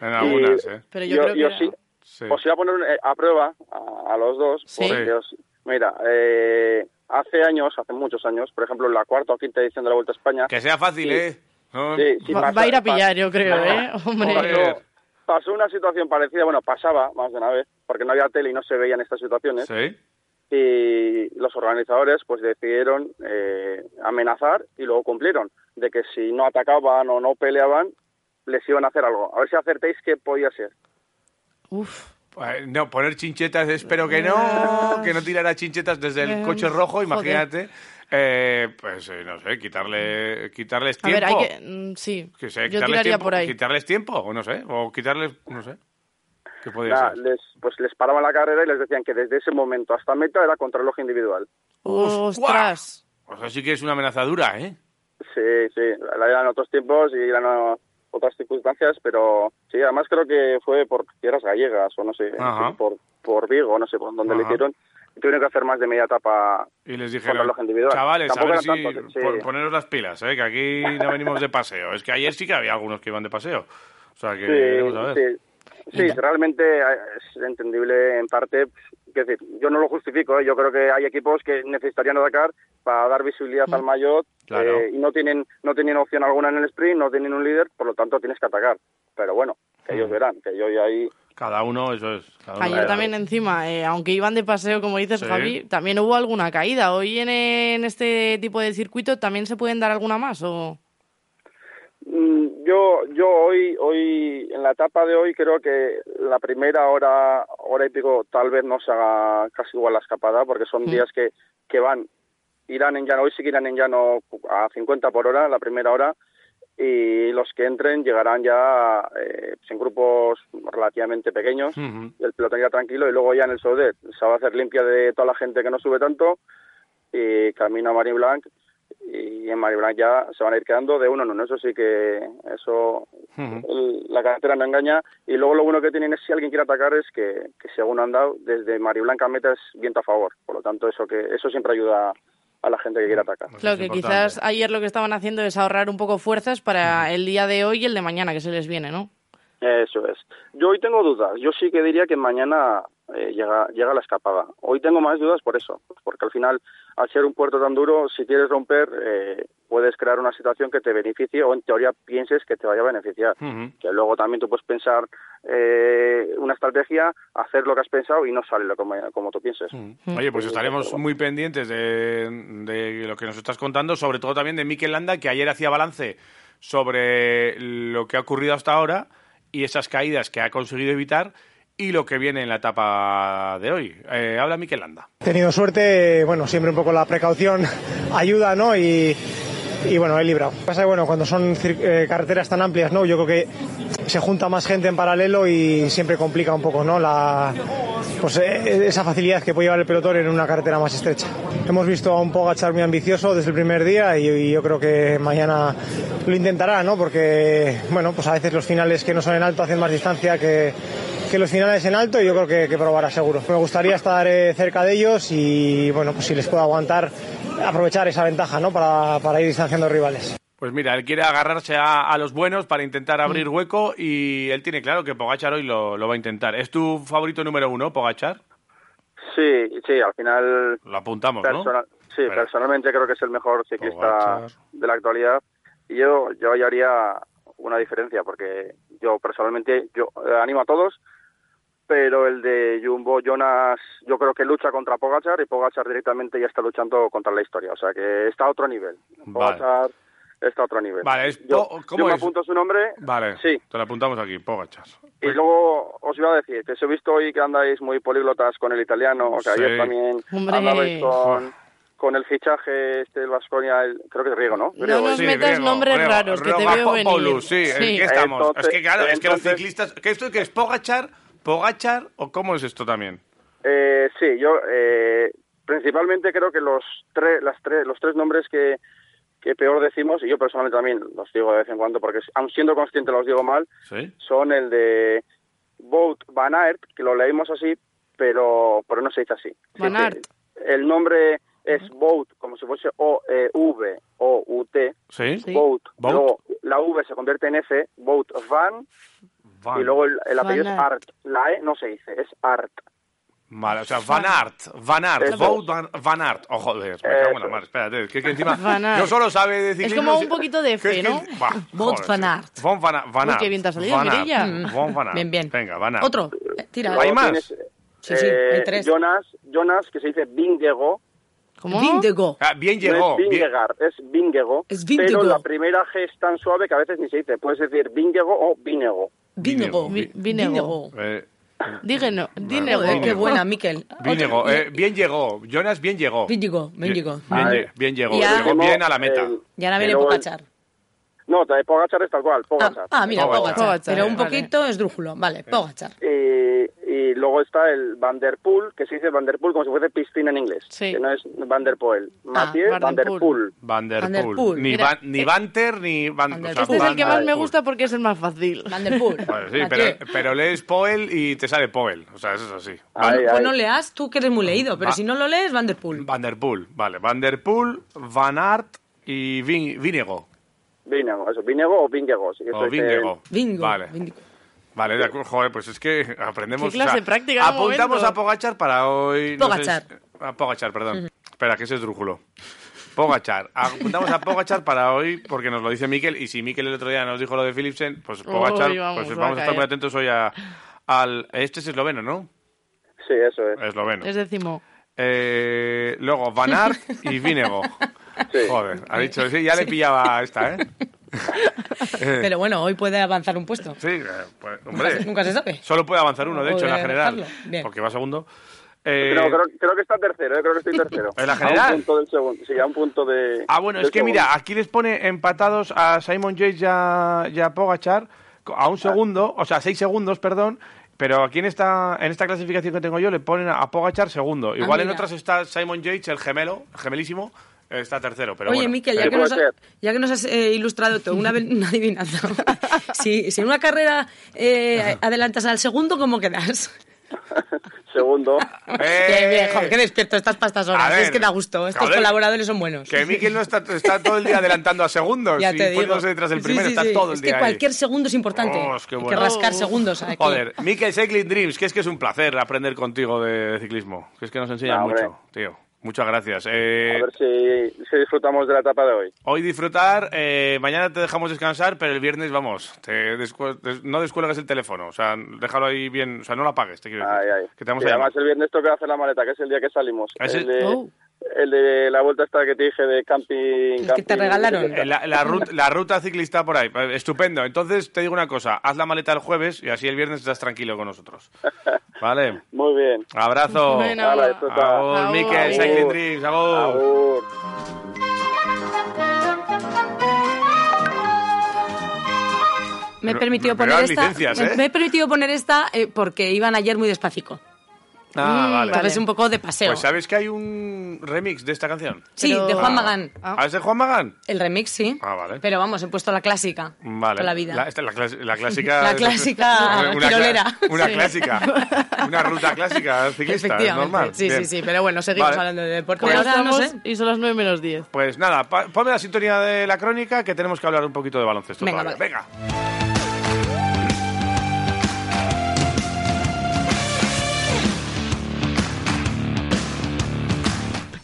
En algunas,
Y-
¿eh?
Pero yo creo que era-
sí,
Sí.
os iba a poner eh, a prueba a, a los dos.
Sí.
porque os- mira, eh, hace años, hace muchos años, por ejemplo, en la cuarta o quinta edición de la Vuelta a España,
Que sea fácil,
Sí.
¿eh? No,
sí, sí,
Va,
pasa-
va a ir a
pasa-
pillar, yo creo, ¿eh? Hombre.
Joder.
Pasó, pasó una situación parecida, bueno, pasaba más de una vez, porque no había tele y no se veían estas situaciones.
Sí.
y los organizadores pues decidieron eh, amenazar y luego cumplieron de que si no atacaban o no peleaban les iban a hacer algo. A ver si acertéis qué podía ser.
Uf.
Eh, No, poner chinchetas, espero que no, que no tirara chinchetas desde el
Eh,
coche rojo,
joder.
imagínate. Eh, pues eh, no sé, quitarle, quitarles
A ver,
tiempo.
hay que. mm, Sí.
Que sé,
Yo
quitarles
tiraría
tiempo,
por ahí.
Quitarles tiempo, o no sé, o quitarles, no sé. ¿Qué podría
Nada,
ser?
les, pues les paraban la carrera y les decían que desde ese momento hasta meta era contrarreloj individual.
Ostras.
O sea, sí que es una amenaza dura, ¿eh?
Sí, sí, eran otros tiempos y eran ah, otras circunstancias, pero sí, además creo que fue por tierras gallegas o no sé,
Ajá.
por, por Vigo, no sé por dónde le
Ajá.
hicieron. Tuvieron que hacer más de media etapa
Y les dijeron,
Contrarreloj individual.
chavales, a
Tampoco
ver si
eran tantos, sí.
po- poneros las pilas, ¿eh? que aquí no venimos de paseo. Es que ayer sí que había algunos que iban de paseo. O sea, que vamos a ver.
sí. Sí, realmente eh, es entendible en parte. Es decir, yo no lo justifico. ¿eh? Yo creo que hay equipos que necesitarían atacar para dar visibilidad al maillot
Mm. Claro.
eh, y no tienen no tienen opción alguna en el sprint, no tienen un líder, por lo tanto tienes que atacar. Pero bueno,
Mm.
que ellos verán, que yo ya ahí
Cada uno, eso es. cada uno.
Ayer también encima, eh, aunque iban de paseo, como dices
Sí.
Javi, también hubo alguna caída. Hoy en, en este tipo de circuito también se pueden dar alguna más o...
Mm, Yo, yo hoy, hoy, en la etapa de hoy, creo que la primera hora, hora y pico, tal vez no se haga casi igual la escapada, porque son días que, que van, irán en llano, hoy sí que irán en llano a 50 por hora, la primera hora, y los que entren llegarán ya eh, pues en grupos relativamente pequeños,
Ujú.
el pelotón ya tranquilo, y luego ya en el Sodet se va a hacer limpia de toda la gente que no sube tanto, y camino a Marie Blanc y en Marie Blanc ya se van a ir quedando de uno en uno. Eso sí que eso el- la carretera no engaña. Y luego lo bueno que tienen es si alguien quiere atacar es que, que según han dado desde Marie Blanc a meta es viento a favor. Por lo tanto eso que eso siempre ayuda a la gente que quiere atacar.
Eso
Claro
Pues es
que
importante. Mm.
quizás ayer lo que estaban haciendo es ahorrar un poco fuerzas para el día de hoy y el de mañana que se les viene, ¿no?
Eso es. Yo hoy tengo dudas. Yo sí que diría que mañana eh, llega, llega la escapada. Hoy tengo más dudas por eso, porque al final, al ser un puerto tan duro, si quieres romper, eh, puedes crear una situación que te beneficie o en teoría pienses que te vaya a beneficiar. Que luego también tú puedes pensar eh, una estrategia, hacer lo que has pensado y no sale lo como, como tú pienses.
Oye, pues estaremos muy pendientes de, de lo que nos estás contando, sobre todo también de Mikel Landa, que ayer hacía balance sobre lo que ha ocurrido hasta ahora y esas caídas que ha conseguido evitar y lo que viene en la etapa de hoy. Eh, habla Mikel Landa.
He tenido suerte, bueno, siempre un poco la precaución ayuda, ¿no? Y, y bueno, he librado. Lo que Pasa es que, bueno, cuando son cir- eh, carreteras tan amplias, ¿no? Yo creo que se junta más gente en paralelo y siempre complica un poco, ¿no? La, pues eh, esa facilidad que puede llevar el pelotón en una carretera más estrecha. Hemos visto a un Pogachar muy ambicioso desde el primer día y, y yo creo que mañana lo intentará, ¿no? Porque, bueno, pues a veces los finales que no son en alto hacen más distancia que, que los finales en alto y yo creo que, que probará seguro. Me gustaría estar eh, cerca de ellos y bueno, pues si les puedo aguantar, aprovechar esa ventaja, ¿no? Para, para ir distanciando rivales.
Pues mira, él quiere agarrarse a, a los buenos para intentar abrir hueco y él tiene claro que Pogachar hoy lo, lo va a intentar. ¿Es tu favorito número uno, Pogachar?
Sí, sí, al final
Lo apuntamos, ¿no? Pues
Personal- sí,
Espera.
personalmente creo que es el mejor ciclista
Pogacar.
de la actualidad. Y yo, yo ahí haría una diferencia, porque yo personalmente yo eh, animo a todos, pero el de Jumbo Jonas, yo creo que lucha contra Pogachar y Pogachar directamente ya está luchando contra la historia. O sea que está a otro nivel.
Vale.
Pogachar está a otro nivel.
Vale, es
yo,
Po-
yo
¿cómo
me
es?
apunto su nombre.
Vale,
Sí.
te lo apuntamos aquí, Pogachar.
Y luego os iba a decir, que os he visto hoy que andáis muy políglotas con el italiano, que
Sí.
ayer también
Hombre.
andabais
Joder.
con, con el fichaje este del Vasconia, creo que es griego, ¿no?
No,
Griego,
no,
Pues
¿eh?
Sí. metas nombres raros, que te veo venir.
Romagnopoulos, sí,
Sí.
aquí estamos.
Entonces-
es que claro, es que los
entonces-
ciclistas... ¿Qué esto que es Pogachar, Pogachar o cómo es esto también?
Eh, sí, yo eh, principalmente creo que los tres, las tres, los tres nombres que, que peor decimos, y yo personalmente también los digo de vez en cuando, porque aun siendo consciente los digo mal,
Sí.
son el de Boat Van Aert, que lo leímos así, pero, pero no se dice así.
Van Aert.
El nombre es Boat, como si fuese E, O-V-O-U-T.
¿Sí?
Sí.
Boat.
Boat.
Luego la V se convierte en F, Boat Van,
Van.
y luego el, el
Van
apellido es
Aert.
Art. La E no se dice, es Art.
Vale, o sea, Van Art, Van Art,
Eso.
Wout Van, Van Art. Oh, joder, me cago en la
Eso.
mar, espérate, que, que encima
Van Aert.
no solo sabe de ciclismo...
como un
si-
poquito de
que es
F,
que-
¿no?
Bah,
Wout
joder,
Van
sí.
Aert.
Von Van, Aert, Van
Uy,
Aart.
qué bien te ha salido,
Van Aert,
Mirella.
Von Van Aert.
Bien, bien.
Venga, Van Aart.
Otro. Eh, Tira.
¿Hay
Luego
más?
tienes,
Sí, sí, hay
eh,
tres.
Jonas, Jonas, que se dice Bingego,
¿Cómo?
Vindego.
Ah, bien
no
llegó.
es
bien-
Vingegaard, es Bingego,
Es
pero
Bingego.
la primera G es tan suave que a veces ni se dice, puedes decir Bingego o Binego.
Vindego.
Vindego.
Vi- Vindego.
eh,
Dígeno, dígeno.
Joder, qué
Vindego.
Este
buena, Miquel.
bien llegó, eh, bien llegó. Jonas bien llegó.
Vindego,
Bien,
Vindego.
bien
Vale.
lle- bien llegó.
Y ya-
Llegó bien a la meta.
El-
Y ahora viene
luego el-
Pogachar.
No, de Pogachar es tal cual,
Ah,
Pogachar.
ah, mira,
Pogacar.
Pogachar.
Pogacar,
Pero un
vale.
poquito esdrújulo. Vale, Pogachar.
Eh, y luego está el Vanderpool, que se dice Vanderpool como si fuese piscina en inglés.
Sí.
Que no es Vanderpoel.
Ah,
Mathieu
Van der Poel.
Vanderpool.
Van der
Van der
Poel.
Poel.
Ni,
Mira,
Van- ni Vanter ni Van,
Van der
Este es el que más me
Poel.
gusta porque es el más fácil.
Van der Poel.
Vale, sí,
Mathieu.
pero, pero lees Poel y te sale Poel. O sea, eso es así.
Bueno,
Ahí,
pues
ahí.
no leas, tú que eres muy leído, pero
Va-
si no lo lees, Van der Poel.
Vanderpool, vale. Vanderpool, Van Aert y Vin- Vinego.
Vinego, eso, Vinego o Vingego. sí, eso
O
es,
Vingego.
eh,
Bingo.
Vale.
Vindego.
Vale, de acuerdo. Joder, pues es que aprendemos.
Qué clase de práctica de
apuntamos
momento.
a Pogachar para hoy. no sé si-
Pogachar.
a Pogachar, perdón. Espera, que ese es drújulo. Pogachar. Apuntamos a Pogachar para hoy porque nos lo dice Miquel. Y si Miquel el otro día nos dijo lo de Philipsen, pues Pogachar.
Uy, vamos,
pues
va a
vamos a estar
caer.
muy atentos hoy a, al. Este es esloveno, ¿no?
Sí, eso es.
Esloveno.
Es décimo.
Eh, luego Van Aert y Vinego.
Sí.
Joder, ha dicho, sí, ya le pillaba a esta, ¿eh?
Pero bueno, hoy puede avanzar un puesto.
Sí, eh, pues,
Nunca
hombre.
se- Nunca se sabe.
Solo puede avanzar uno, de hecho, en la
Podría
general.
dejarlo. Bien.
Porque va segundo. Eh,
No, creo, creo que está tercero, eh, creo que estoy tercero.
¿En la
A
general?
un punto del segundo. Sí, a un punto de.
Ah, bueno,
del
es que mira,
segundo.
aquí les pone empatados a Simon Yates y a, y a Pogachar a un segundo, o sea, seis segundos, perdón. Pero aquí en esta, en esta clasificación que tengo yo le ponen a, a Pogachar segundo. Igual en
Ah, mira.
otras está Simon Yates, el gemelo, el gemelísimo, está tercero. Pero
Oye,
bueno. Eh,
Miquel,
Sí,
ya que,
puede
nos ha-
ser.
ya que nos has eh, ilustrado todo, una, ve- una adivinanza. si, si en una carrera eh, adelantas al segundo, ¿cómo quedas?
segundo.
eh,
Bien, bien, joder, qué despierto estas pastas horas.
A ver,
es que da gusto. Estos
joder.
colaboradores son buenos.
Que Miquel no está, está todo el día adelantando a segundos
Ya
y
te digo.
poniéndose detrás del
Sí,
primero,
sí,
está
sí.
todo el
es
día
que
ahí.
cualquier segundo es importante.
Oh, es que
Hay que
bueno.
rascar segundos. aquí.
Joder, Miquel Cycling Dreams, que es que es un placer aprender contigo de, de ciclismo. Que es que nos enseñas
No, hombre.
mucho, tío. Muchas gracias. Eh,
A ver si, si disfrutamos de la etapa de hoy.
Hoy disfrutar, eh, mañana te dejamos descansar, pero el viernes vamos. Te descu- des- no descuelgues el teléfono, o sea, déjalo ahí bien, o sea, no lo apagues, te quiero decir.
Ay, ay.
Que te vamos
Y
a llamar.
además el viernes toca hacer la maleta, que es el día que salimos.
Ah, sí.
El de,
Oh.
el de la vuelta esta que te dije de camping.
que
camping-
te regalaron.
Eh, La, la rut- la ruta ciclista por ahí, eh, estupendo. Entonces te digo una cosa, haz la maleta el jueves y así el viernes estás tranquilo con nosotros. Vale,
Muy bien.
abrazo.
Bueno.
Hala, esto está.
Agur,
Agur.
Mikel, Cycling Dreams, agur.
Agur.
Me he
Pero-
permitido
pero
poner
las
esta.
licencias,
me-
¿eh?
Me he permitido poner esta eh, porque iban ayer muy despacito.
Ah, vale.
Sabes, un poco de paseo.
Pues sabes que hay un remix de esta canción.
sí,
Pero-
de Juan
Ah.
Magán.
Ah.
¿Ah, es de Juan Magán?
El remix, sí.
Ah, vale.
Pero vamos, he puesto la clásica.
Vale.
Toda la vida.
esta es la, clas- la clásica.
La clásica
Una, cla-
tirolera.
una
Sí.
clásica. Una ruta clásica ciclista, es
Efectivamente.
normal.
Sí,
Bien.
sí, sí. Pero bueno, seguimos
Vale.
hablando de deporte.
Pues
Ahora no
estamos
sé.
y son las 9 menos 10.
Pues nada, pa- ponme la sintonía de la crónica que tenemos que hablar un poquito de baloncesto.
Venga,
todavía.
vale.
Venga.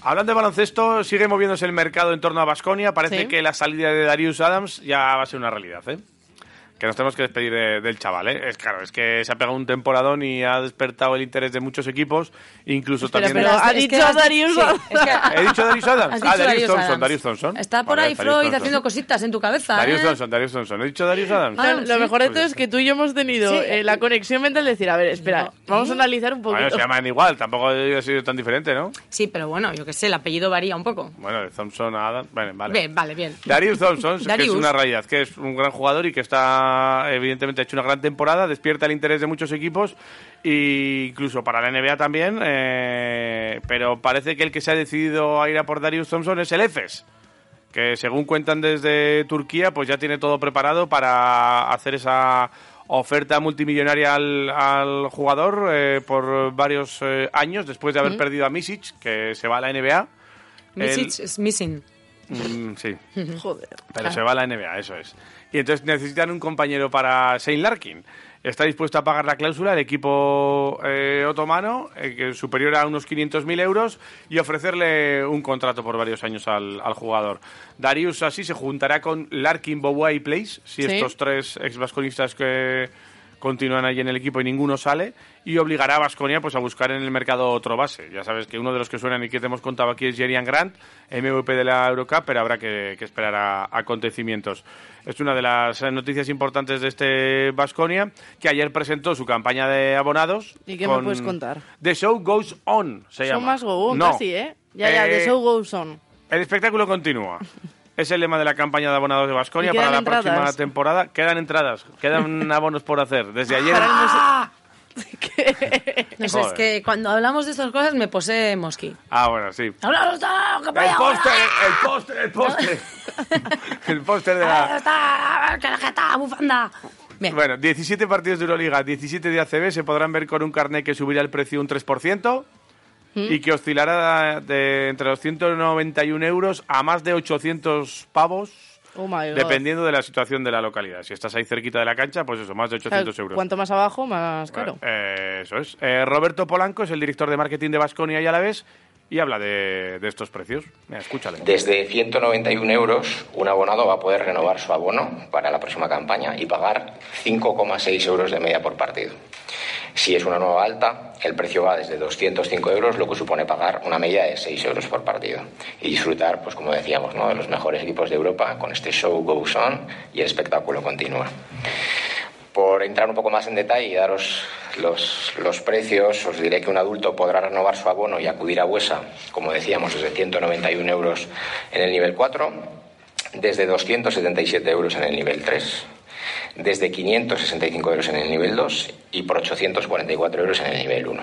Hablando de baloncesto, sigue moviéndose el mercado en torno a Basconia. Parece
Sí.
que la salida de Darius Adams ya va a ser una realidad, ¿eh? Que nos tenemos que despedir de- del chaval, ¿eh? Es claro, es que se ha pegado un temporadón y ha despertado el interés de muchos equipos, incluso también...
Pero
Espera,
ha
es que
dicho
has di-
Darius
sí,
Adams.
es que-
¿He dicho Darius Adams?
Has
Ah,
dicho
Darius Thompson,
Adams.
Darius Thompson.
Está por
Vale,
ahí
Darius
Freud
Thompson.
haciendo cositas en tu cabeza.
Darius
¿eh?
Thompson, Darius Thompson. ¿He dicho Darius Adams?
Ah,
No, lo
sí.
mejor
Pues
de todo es que tú y yo hemos tenido
Sí.
eh, la conexión mental de decir, a ver, espera,
No.
vamos a analizar un poquito.
Bueno, se llaman igual, tampoco ha sido tan diferente, ¿no?
Sí, pero bueno, yo qué sé, el apellido varía un poco.
Bueno, de Thompson a Adams. Bueno, vale.
Bien, vale, bien.
Darius Thompson, que es
Darius.
una realidad, que es un gran jugador y que está, evidentemente, ha hecho una gran temporada, despierta el interés de muchos equipos, e incluso para la NBA también, eh, pero parece que el que se ha decidido a ir a por Darius Thompson es el EFES, que según cuentan desde Turquía, pues ya tiene todo preparado para hacer esa oferta multimillonaria al, al jugador eh, por varios eh, años, después de haber perdido a Misic, que se va a la NBA. El-
Misic is missing.
Mm, sí.
Joder.
Pero se va a la NBA, eso es. Y entonces necesitan un compañero para Shane Larkin. Está dispuesto a pagar la cláusula el equipo eh, otomano, eh, que es superior a unos 500.000 euros, y ofrecerle un contrato por varios años al, al jugador. Darius así se juntará con Larkin, Boboa y Place, si
Sí.
estos tres ex-vasconistas que continúan allí en el equipo y ninguno sale, y obligará a Vasconia pues, a buscar en el mercado otro base. Ya sabes que uno de los que suenan y que te hemos contado aquí es Jerian Grant, MVP de la Eurocup, pero habrá que, que esperar a acontecimientos. Es una de las eh, noticias importantes de este Vasconia, que ayer presentó su campaña de abonados.
¿Y qué me puedes contar?
The Show Goes On, se
Son
llama.
más go
No.
casi, ¿eh? Ya, ya,
Eh,
The Show Goes On.
el espectáculo continúa. Es el lema de la campaña de abonados de Vasconia
Y quedan
para la
entradas.
próxima temporada. Quedan entradas, quedan abonos por hacer. Desde ayer.
No sé, es
Joder.
que cuando hablamos de estas cosas me posee Mosqui.
Ah, bueno, sí.
¡Hablamos de que
El
vaya
póster,
ahora!
el póster, el póster. El póster de
¡Hablamos de
la.
esta- que la jeta, bufanda! Bien,
Bueno, 17 partidos de Euroliga, 17 de ACB se podrán ver con un carnet que subirá el precio un 3%
¿Mm?
y que oscilará de entre los 191 euros a más de 800 pavos,
Oh my God.
dependiendo de la situación de la localidad. Si estás ahí cerquita de la cancha, pues eso, más de
O sea,
800 euros.
Cuanto más abajo, más caro.
Eh, eso es. Eh, Roberto Polanco es el director de marketing de Vasconia y Alavés y habla de, de estos precios. Mira, escúchale.
Desde 191 euros, un abonado va a poder renovar su abono para la próxima campaña y pagar 5,6 euros de media por partido. Si es una nueva alta, el precio va desde 205 euros, lo que supone pagar una media de 6 euros por partido. Y disfrutar, pues como decíamos, ¿no? de los mejores equipos de Europa con este show Goes On y el espectáculo continúa por entrar un poco más en detalle y daros los, los precios, os diré que un adulto podrá renovar su abono y acudir a Huesa, como decíamos, desde 191 euros en el nivel 4, desde 277 euros en el nivel 3, desde 565 euros en el nivel 2 y por 844 euros en el nivel 1.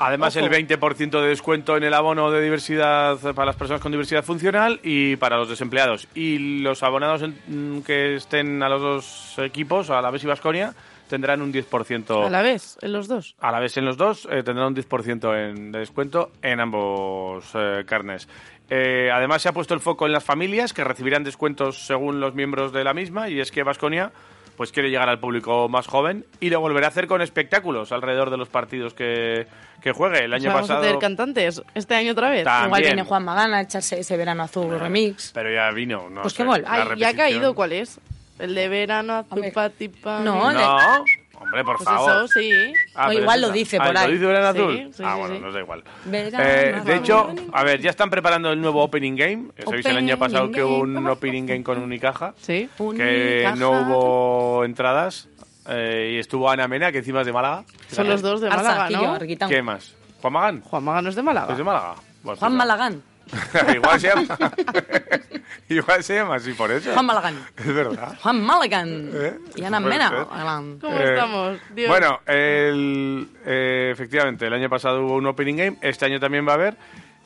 Además, el 20% de descuento en el abono de diversidad para las personas con diversidad funcional y para los desempleados. Y los abonados en- mm, que estén a los dos equipos, a la y Vasconia, tendrán un 10%.
A la vez, en los dos.
A la vez en los dos eh, tendrán un 10% en, de descuento en ambos eh, carnes. Eh, además se ha puesto el foco en las familias que recibirán descuentos según los miembros de la misma y es que Vasconia pues quiere llegar al público más joven y lo volverá a hacer con espectáculos alrededor de los partidos que, que juegue. El
O
año
sea, vamos a
pasado
tener cantantes este año otra vez.
También.
Igual viene Juan Magana a echarse ese verano azul remix.
Pero ya vino, no
Pues
sé,
que vol-
la
Ay, ya ha
repetición.
caído, ¿cuál es? El de verano azul pati pa-
No,
No, hombre, por
Pues
favor.
eso, sí.
Ah,
O
pero
igual
es
lo
esa.
dice
Ah,
por ahí.
¿Lo dice Verano
Sí,
Azul?
sí,
ah,
sí,
bueno,
sí.
nos da igual.
Verano
Eh, de
Azul.
hecho, a ver, ya están preparando el nuevo Opening Game. Ya Sabéis el año
Opening
pasado que hubo un
Game.
Opening Game con Unicaja.
Sí.
Que
Unicaja.
no hubo entradas. eh, y estuvo Ana Mena, que encima es de Málaga.
Son los dos de Málaga,
Arzacillo,
¿no?
Arguitán.
¿Qué más? ¿Juan Magán?
Juan Maga no es de Málaga.
¿Es de Málaga? Bueno,
Juan
pues no.
Malagán.
Igual se llama. Igual se llama así por eso.
Juan Malagán.
Es verdad.
Juan Malagán.
¿Eh?
Y Ana
Puede
Mena.
ser.
Malagán.
¿Cómo
Eh,
estamos? Dios.
Bueno, el- eh, efectivamente, el año pasado hubo un opening game, este año también va a haber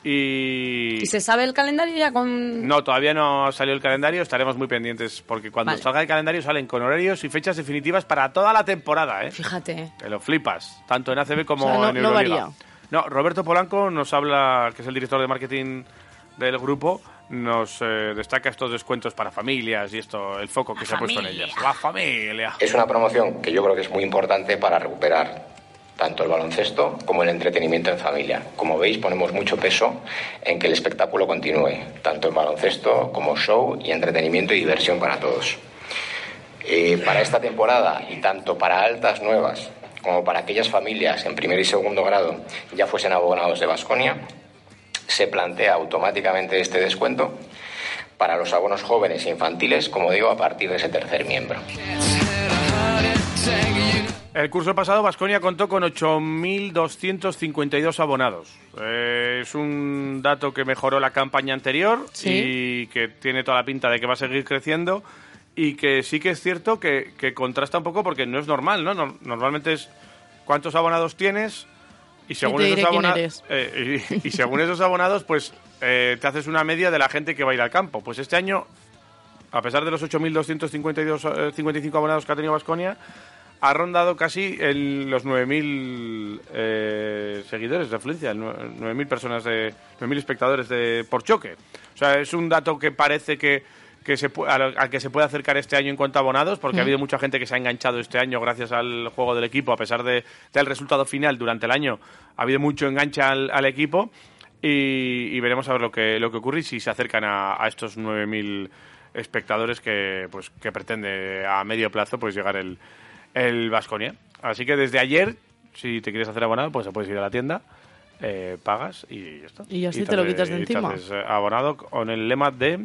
y...
¿Y se sabe el calendario ya con...?
No, todavía no salió el calendario, estaremos muy pendientes porque cuando
Vale.
salga el calendario salen con horarios y fechas definitivas para toda la temporada, ¿eh?
Fíjate.
Te lo flipas, tanto en ACB como
O sea, no-
en
no
Euroliga.
varía.
No, Roberto Polanco nos habla, que es el director de marketing del grupo, nos eh, destaca estos descuentos para familias y esto, el foco que se ha puesto en
familia.
ellas. La familia.
Es una promoción que yo creo que es muy importante para recuperar tanto el baloncesto como el entretenimiento en familia. Como veis, ponemos mucho peso en que el espectáculo continúe, tanto en baloncesto como show y entretenimiento y diversión para todos. Eh, para esta temporada y tanto para altas nuevas como para aquellas familias en primer y segundo grado ya fuesen abonados de Vasconia, se plantea automáticamente este descuento para los abonos jóvenes e infantiles, como digo, a partir de ese tercer miembro.
El curso pasado, Vasconia contó con 8.252 abonados. Eh, es un dato que mejoró la campaña anterior y que tiene toda la pinta de que va a seguir creciendo. Y que sí que es cierto que, que contrasta un poco porque no es normal, ¿no? Nor- normalmente es cuántos abonados tienes y según,
te
esos,
diré quién
abona-
eres.
eh, y- y según esos abonados, pues eh, te haces una media de la gente que va a ir al campo. Pues este año a pesar de los 8.252 eh, 55 abonados que ha tenido Vasconia, ha rondado casi el- los 9.000 eh, seguidores de afluencia, el nue- 9.000 personas, de 9.000 espectadores de, por choque. O sea, es un dato que parece que, que se, pu- al, al que se puede acercar este año en cuanto a abonados, porque ha habido mucha gente que se ha enganchado este año gracias al juego del equipo, a pesar de- del resultado final durante el año, ha habido mucho enganche al- al equipo y, y veremos a ver lo que, lo que ocurre y si se acercan a, a estos 9.000 espectadores que, pues, que pretende a medio plazo pues llegar el, el Vasconia. Así que desde ayer, si te quieres hacer abonado, pues puedes ir a la tienda, eh, pagas y ya está.
Y ya sí te lo
hace-
quitas de
y
encima.
haces, eh, abonado con el lema de...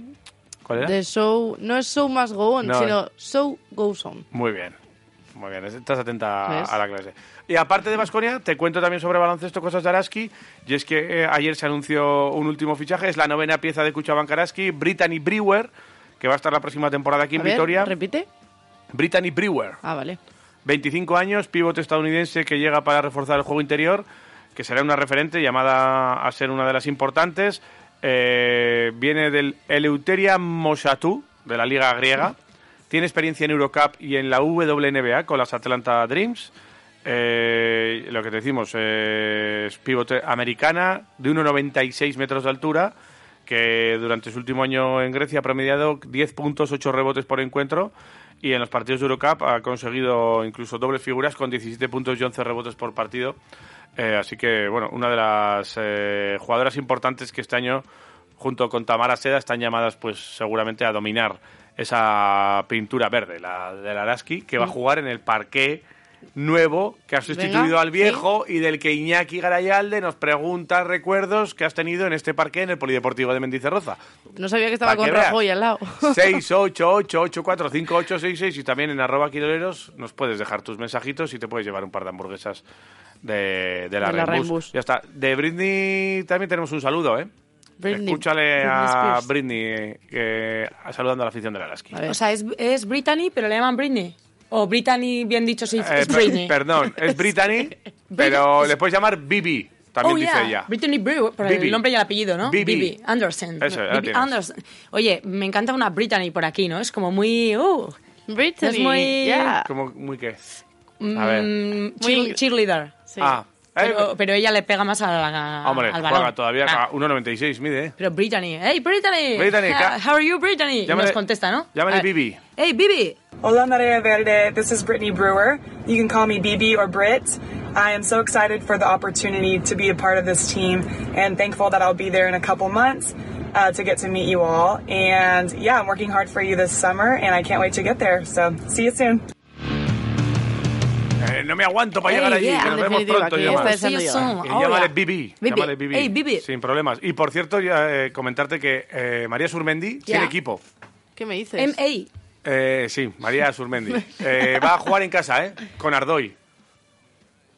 ¿Cuál era?
De show, no es show más go on,
No.
sino show goes on.
Muy bien. Muy bien, estás atenta
¿Ves?
a la clase. Y aparte de Vasconia, te cuento también sobre baloncesto cosas de Araski. Y es que eh, ayer se anunció un último fichaje, es la novena pieza de Cuchabanca Araski, Brittany Brewer, que va a estar la próxima temporada aquí en
A ver,
Vitoria.
¿Repite?
Brittany Brewer.
Ah, vale.
25 años, pivote estadounidense que llega para reforzar el juego interior, que será una referente llamada a ser una de las importantes. Eh, viene del Eleuteria Moshatou, de la liga griega. Tiene experiencia en Eurocup y en la WNBA con las Atlanta Dreams. Eh, lo que te decimos eh, es pivote americana de 1,96 metros de altura que durante su último año en Grecia ha promediado 10 puntos, 8 rebotes por encuentro y en los partidos de Eurocup ha conseguido incluso dobles figuras con 17 puntos y 11 rebotes por partido. Eh, así que, bueno, una de las eh, jugadoras importantes que este año, junto con Tamara Seda, están llamadas pues seguramente a dominar esa pintura verde, la del Araski, que va a jugar en el parqué nuevo que ha sustituido
Venga,
al viejo y del que Iñaki Garayalde nos pregunta recuerdos que has tenido en este parque en el Polideportivo de Mendizorroza.
No sabía que
Pa'
estaba
que
con
veas.
Rajoy al lado.
688845866 y también en arroba quiroleros nos puedes dejar tus mensajitos y te puedes llevar un par de hamburguesas de, de la,
De la
Rainbus.
Rainbus.
Ya está. De Britney también tenemos un saludo, ¿eh?
Britney-
Escúchale
Britney
a
Spears.
Britney eh, eh, saludando a la afición de Alaski.
A ver.
O sea, es, es Brittany, pero le llaman Britney. O Brittany, bien dicho, sí,
Eh,
es
per-
Britney.
Perdón, es Brittany, pero le puedes llamar Bibi, también
oh,
dice
yeah.
ella.
Brittany Brewer, por
Bibi.
el nombre y el apellido, ¿no?
Bibi.
Anderson.
Eso, la
Bibi
tienes.
Anderson. Oye, me encanta una Brittany por aquí, ¿no? Es como muy... Uh,
Brittany.
Es muy-
ya.
¿Cómo, muy qué? A ver.
Mm, cheer-
Muy-
cheerleader.
Ah.
Pero, ah, pero ella le pega más a la-
Hombre,
al
juega
balón.
todavía a 1,96 mide, ¿eh?
Pero Brittany, hey Brittany,
Brittany, ca-
how are you Brittany? Y
Llámale-
nos contesta, ¿no?
Llámale
A-
Bibi.
Hey Bibi,
Hola Maria Verde, this is Brittany Brewer. You can call me BB or Brit. I am so excited for the opportunity to be a part of this team and thankful that I'll be there in a couple months uh, to get to meet you all. And yeah, I'm working hard for you this summer and I can't wait to get there. So see you soon.
Eh, no me aguanto para
Hey,
llegar allí.
yeah.
que nos
En
vemos
definitiva,
pronto,
que ya
llámale.
está deseando
Eh,
yo.
llámale
Hola.
Bibi.
Bibi.
Llámale Bibi.
Hey, Bibi.
Sin problemas. Y por cierto, ya, eh, comentarte que eh, María Surmendi tiene equipo.
¿Qué me
Pues-
dices?
M.A.
Eh, sí, María Surmendi. Eh, va a jugar en casa, ¿eh? Con Ardoy.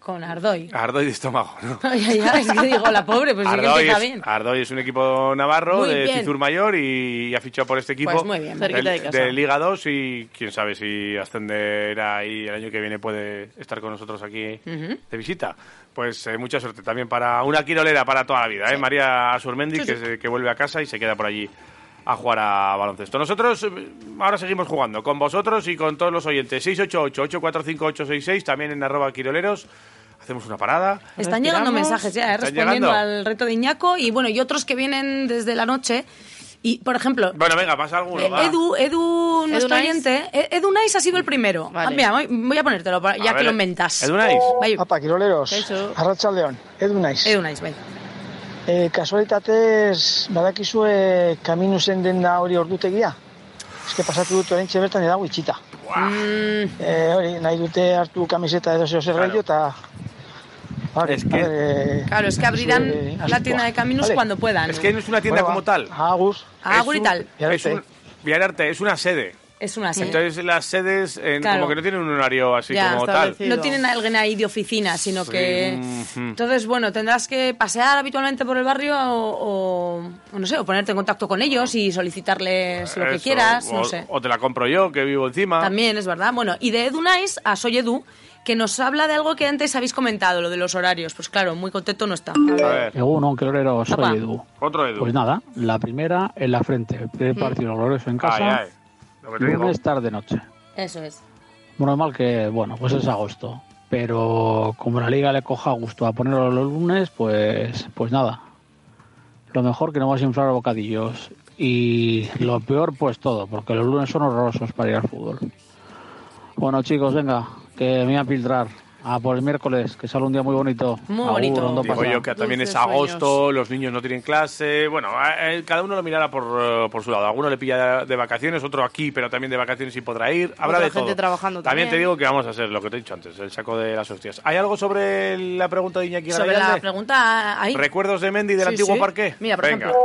con Ardoy.
Ardoy de estómago, ¿no?
ya, ya, es que digo, la pobre, pues sí que
Ardoy
empieza
es, ah,
bien.
Ardoy es un equipo navarro
Muy
de
bien.
Cizur Mayor y ha fichado por este equipo
Pues muy bien,
del-
cerquita de
de,
casa.
Liga 2 y quién sabe si ascenderá y el año que viene puede estar con nosotros aquí
Ujú.
de visita. Pues eh, mucha suerte también para una quirolera para toda la vida, ¿eh? María Surmendi
Sí,
que,
sí.
se- que vuelve a casa y se queda por allí a jugar a baloncesto. Nosotros eh, ahora seguimos jugando con vosotros y con todos los oyentes. 688-845-866, también en arroba quiroleros. Hacemos una parada.
Están llegando mensajes ya, eh,
Están
respondiendo
llegando.
al reto de Iñaco y bueno, y otros que vienen desde la noche. Y, por ejemplo,
Bueno, venga, pasa alguno.
Eh,
va.
Edu, Edu, nuestro
Nice.
oyente, eh, Edu Nice ha sido el primero. Ah, mira, voy, voy a ponértelo para- ya
A
que
ver,
lo inventas.
Edu Nice.
Bai,
Apa, kiroleros,
Kaixo.
arratsaldeon, león, edu naiz.
Edu Nice, bai.
E, kasualitatez, badakizue kaminu zen denda hori ordutegia? Eske pasatu dut orain bertan edago itxita. E, hori, nahi dute hartu kamiseta edo zeo zer gehiago, eta... Vale,
Es que-
eh,
Claro, es que abrirán
eh,
la tienda de Caminos
Vale.
cuando puedan.
Es que no es una tienda
Bueno,
como tal.
Agus.
Agur Ah, y
ah, Es
tal.
un- Es un, Villararte, es una sede.
Es una serie.
Entonces las sedes en-
Claro.
como que no tienen un horario así
Ya,
como tal.
no tienen a alguien ahí de oficina, sino
Sí,
que...
ujú.
Entonces, bueno, tendrás que pasear habitualmente por el barrio o, o- o no sé, o ponerte en contacto con ellos y solicitarles lo que
Eso,
quieras,
o,
no sé.
O te la compro yo, que vivo encima.
También es verdad. Bueno, y de Edu Nice a Soy Edu, que nos habla de algo que antes habéis comentado, lo de los horarios. Pues claro, muy contento no está.
A ver,
Egunon, Clorero, soy
Apa.
Edu.
otro Edu.
Pues nada, la primera en la frente, el
Mm.
primer partido glorioso en casa,
Ay, ay. Lo que te digo.
lunes, tarde, noche.
Eso es.
Normal que, bueno, pues es agosto, pero como la liga le coja gusto a ponerlo los lunes, pues, pues nada. Lo mejor que no vas a inflar bocadillos y lo peor pues todo, porque los lunes son horrorosos para ir al fútbol. Bueno chicos, venga, que me voy a filtrar. A por el miércoles, que sale un día muy bonito.
Muy
Agur,
bonito.
ondo
Digo
pasa.
yo que también
Dulces
es agosto, los niños no tienen clase. Bueno, eh, eh, cada uno lo mirará por, eh, por su lado. Alguno le pilla de vacaciones, otro aquí, pero también de vacaciones y podrá ir. Habrá
Otra
de todo.
gente trabajando
te
también.
digo que vamos a hacer lo que te he dicho antes, el saco de las hostias. ¿Hay algo sobre la pregunta de Iñaki
Sobre la
Garayalde?
pregunta ahí.
¿Recuerdos de Mendy del
Sí,
antiguo
sí.
parque?
Mira, por
Venga.
ejemplo.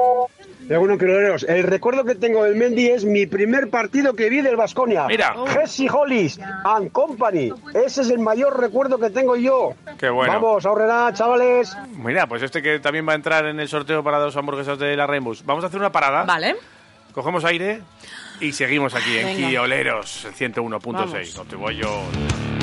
Algunos quiroleros. El recuerdo que tengo del Mendy es mi primer partido que vi del Vasconia.
Mira.
Oh.
Jesse Hollis and Company. Ese es el mayor recuerdo que tengo yo.
Qué bueno.
Vamos, ahorrera, chavales.
Mira, pues este que también va a entrar en el sorteo para dos hamburguesas de la Rainbows. Vamos a hacer una parada.
Vale.
Cogemos aire y seguimos aquí en
Venga.
Quioleros 101.6. No
Vamos.
te voy yo.